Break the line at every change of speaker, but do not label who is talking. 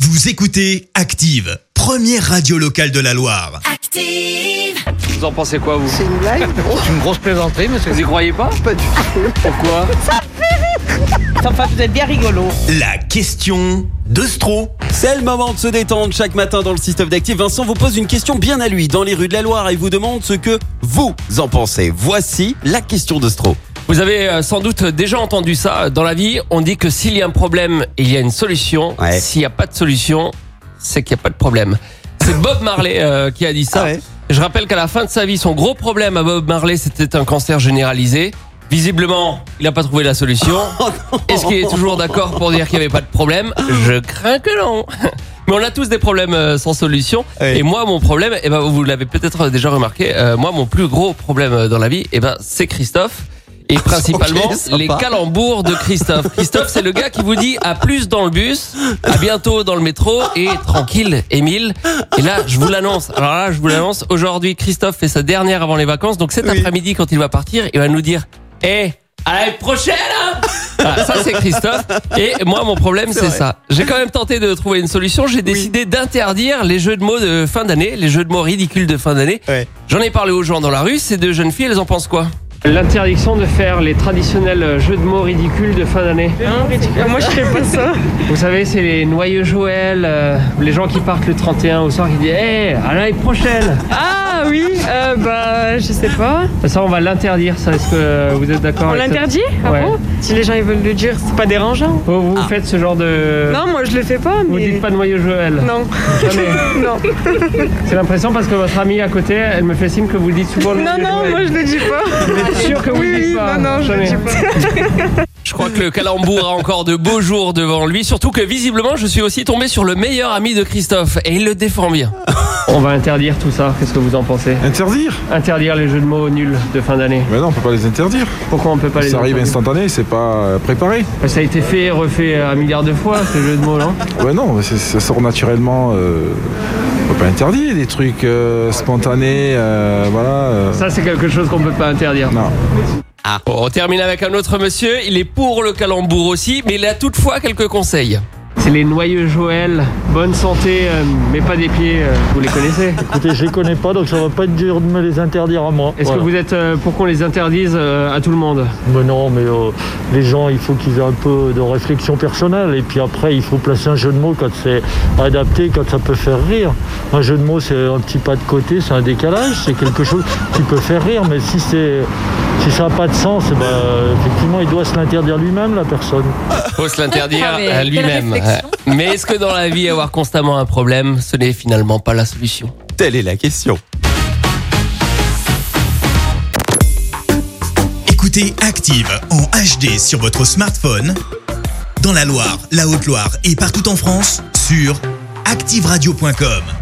Vous écoutez Active, première radio locale de la Loire.
Active!
Vous en pensez quoi, vous
C'est une blague
C'est une grosse plaisanterie, monsieur. Vous y croyez pas
Pas du tout.
Pourquoi
Enfin, vous êtes bien rigolo.
La question de Stro.
C'est le moment de se détendre chaque matin dans le système d'actifs. Vincent vous pose une question bien à lui dans les rues de la Loire et vous demande ce que vous en pensez. Voici la question de Stro.
Vous avez euh, sans doute déjà entendu ça dans la vie. On dit que s'il y a un problème, il y a une solution.
Ouais.
S'il n'y a pas de solution, c'est qu'il n'y a pas de problème. C'est Bob Marley euh, qui a dit
Ah
ça. Je rappelle qu'à la fin de sa vie, son gros problème à Bob Marley, c'était un cancer généralisé. Visiblement, il n'a pas trouvé la solution. Est-ce qu'il est toujours d'accord pour dire qu'il n'y avait pas de problème Je crains que non. Mais on a tous des problèmes euh, sans solution.
Ouais.
Et moi, mon problème, eh ben, vous l'avez peut-être déjà remarqué, euh, moi, mon plus gros problème euh, dans la vie, eh ben, c'est Christophe. Et principalement,
Ah, Ok, sympa.
les calembours de Christophe. Christophe, c'est le gars qui vous dit à plus dans le bus, à bientôt dans le métro et tranquille, Émile. Et là, je vous l'annonce. Alors là, je vous l'annonce. Aujourd'hui, Christophe fait sa dernière avant les vacances. Donc cet
Oui.
après-midi, quand il va partir, il va nous dire, hé, à la prochaine! hein Voilà, ça, c'est Christophe. Et moi, mon problème, c'est
vrai.
ça. J'ai quand même tenté de trouver une solution. J'ai décidé d'interdire les jeux de mots de fin d'année, les jeux de mots ridicules de fin d'année.
Ouais.
J'en ai parlé aux gens dans la rue. Ces deux jeunes filles, elles en pensent quoi?
L'interdiction de faire les traditionnels euh, jeux de mots ridicules de fin d'année.
Moi, je fais pas ça.
Vous savez, c'est les noyeux Joël, euh, les gens qui partent le 31 au soir qui disent Hé, à l'année prochaine
Ah oui, euh, bah je sais pas.
Ça, on va l'interdire, ça. Est-ce que vous êtes d'accord
On
avec ça
l'interdit Ah
Ouais.
bon Si les gens ils veulent le dire, c'est pas dérangeant.
Vous, Oh,
Ah.
vous faites ce genre de.
Non, moi je le fais pas, mais.
Euh, vous dites pas noyeux Joël
Non.
Jamais.
non,
C'est l'impression parce que votre amie à côté, elle me fait signe que vous dites souvent
non,
noyeux
non,
Joël.
moi je le dis pas.
Vous êtes sûr que vous
Oui,
le dites
oui,
pas
non, non, je le
Jamais.
dis pas.
Je crois que le calembour a encore de beaux jours devant lui, surtout que visiblement je suis aussi tombé sur le meilleur ami de Christophe et il le défend bien.
On va interdire tout ça. Qu'est-ce que vous en pensez
Interdire
Interdire les jeux de mots nuls de fin d'année.
Mais non, on peut pas les interdire.
Pourquoi on peut pas les
ça arrive
interdire
instantané, c'est pas euh, préparé.
Ça a été fait et refait euh, un milliard de fois, ce jeu de mots, non
Ouais, non, mais c'est- ça sort naturellement. euh, on peut pas interdire des trucs euh, spontanés, euh, voilà. euh.
Ça, c'est quelque chose qu'on peut pas interdire.
Non. Ah.
Bon, on termine avec un autre monsieur, il est pour le calembour aussi, mais il a toutefois quelques conseils.
C'est les noyeux Joël. Bonne santé, euh, mais pas des pieds. euh, vous les connaissez
Écoutez, je les connais pas, donc ça va pas être dur de me les interdire à moi.
Est-ce
Voilà.
que vous êtes euh, pour qu'on les interdise euh, à tout le monde
Mais non, mais euh, les gens, il faut qu'ils aient un peu de réflexion personnelle. Et puis après, il faut placer un jeu de mots quand c'est adapté, quand ça peut faire rire. Un jeu de mots, c'est un petit pas de côté, c'est un décalage, c'est quelque chose qui peut faire rire. Mais si c'est si ça n'a pas de sens, eh ben, effectivement, il doit se l'interdire lui-même, la personne.
Faut se l'interdire
Ah, mais
euh,
quelle
lui-même.
réflexion.
Ouais. Mais est-ce que dans la vie avoir constamment un problème, ce n'est finalement pas la solution
Telle est la question.
Écoutez Active en HD sur votre smartphone, dans la Loire, la Haute-Loire et partout en France, sur activeradio.com.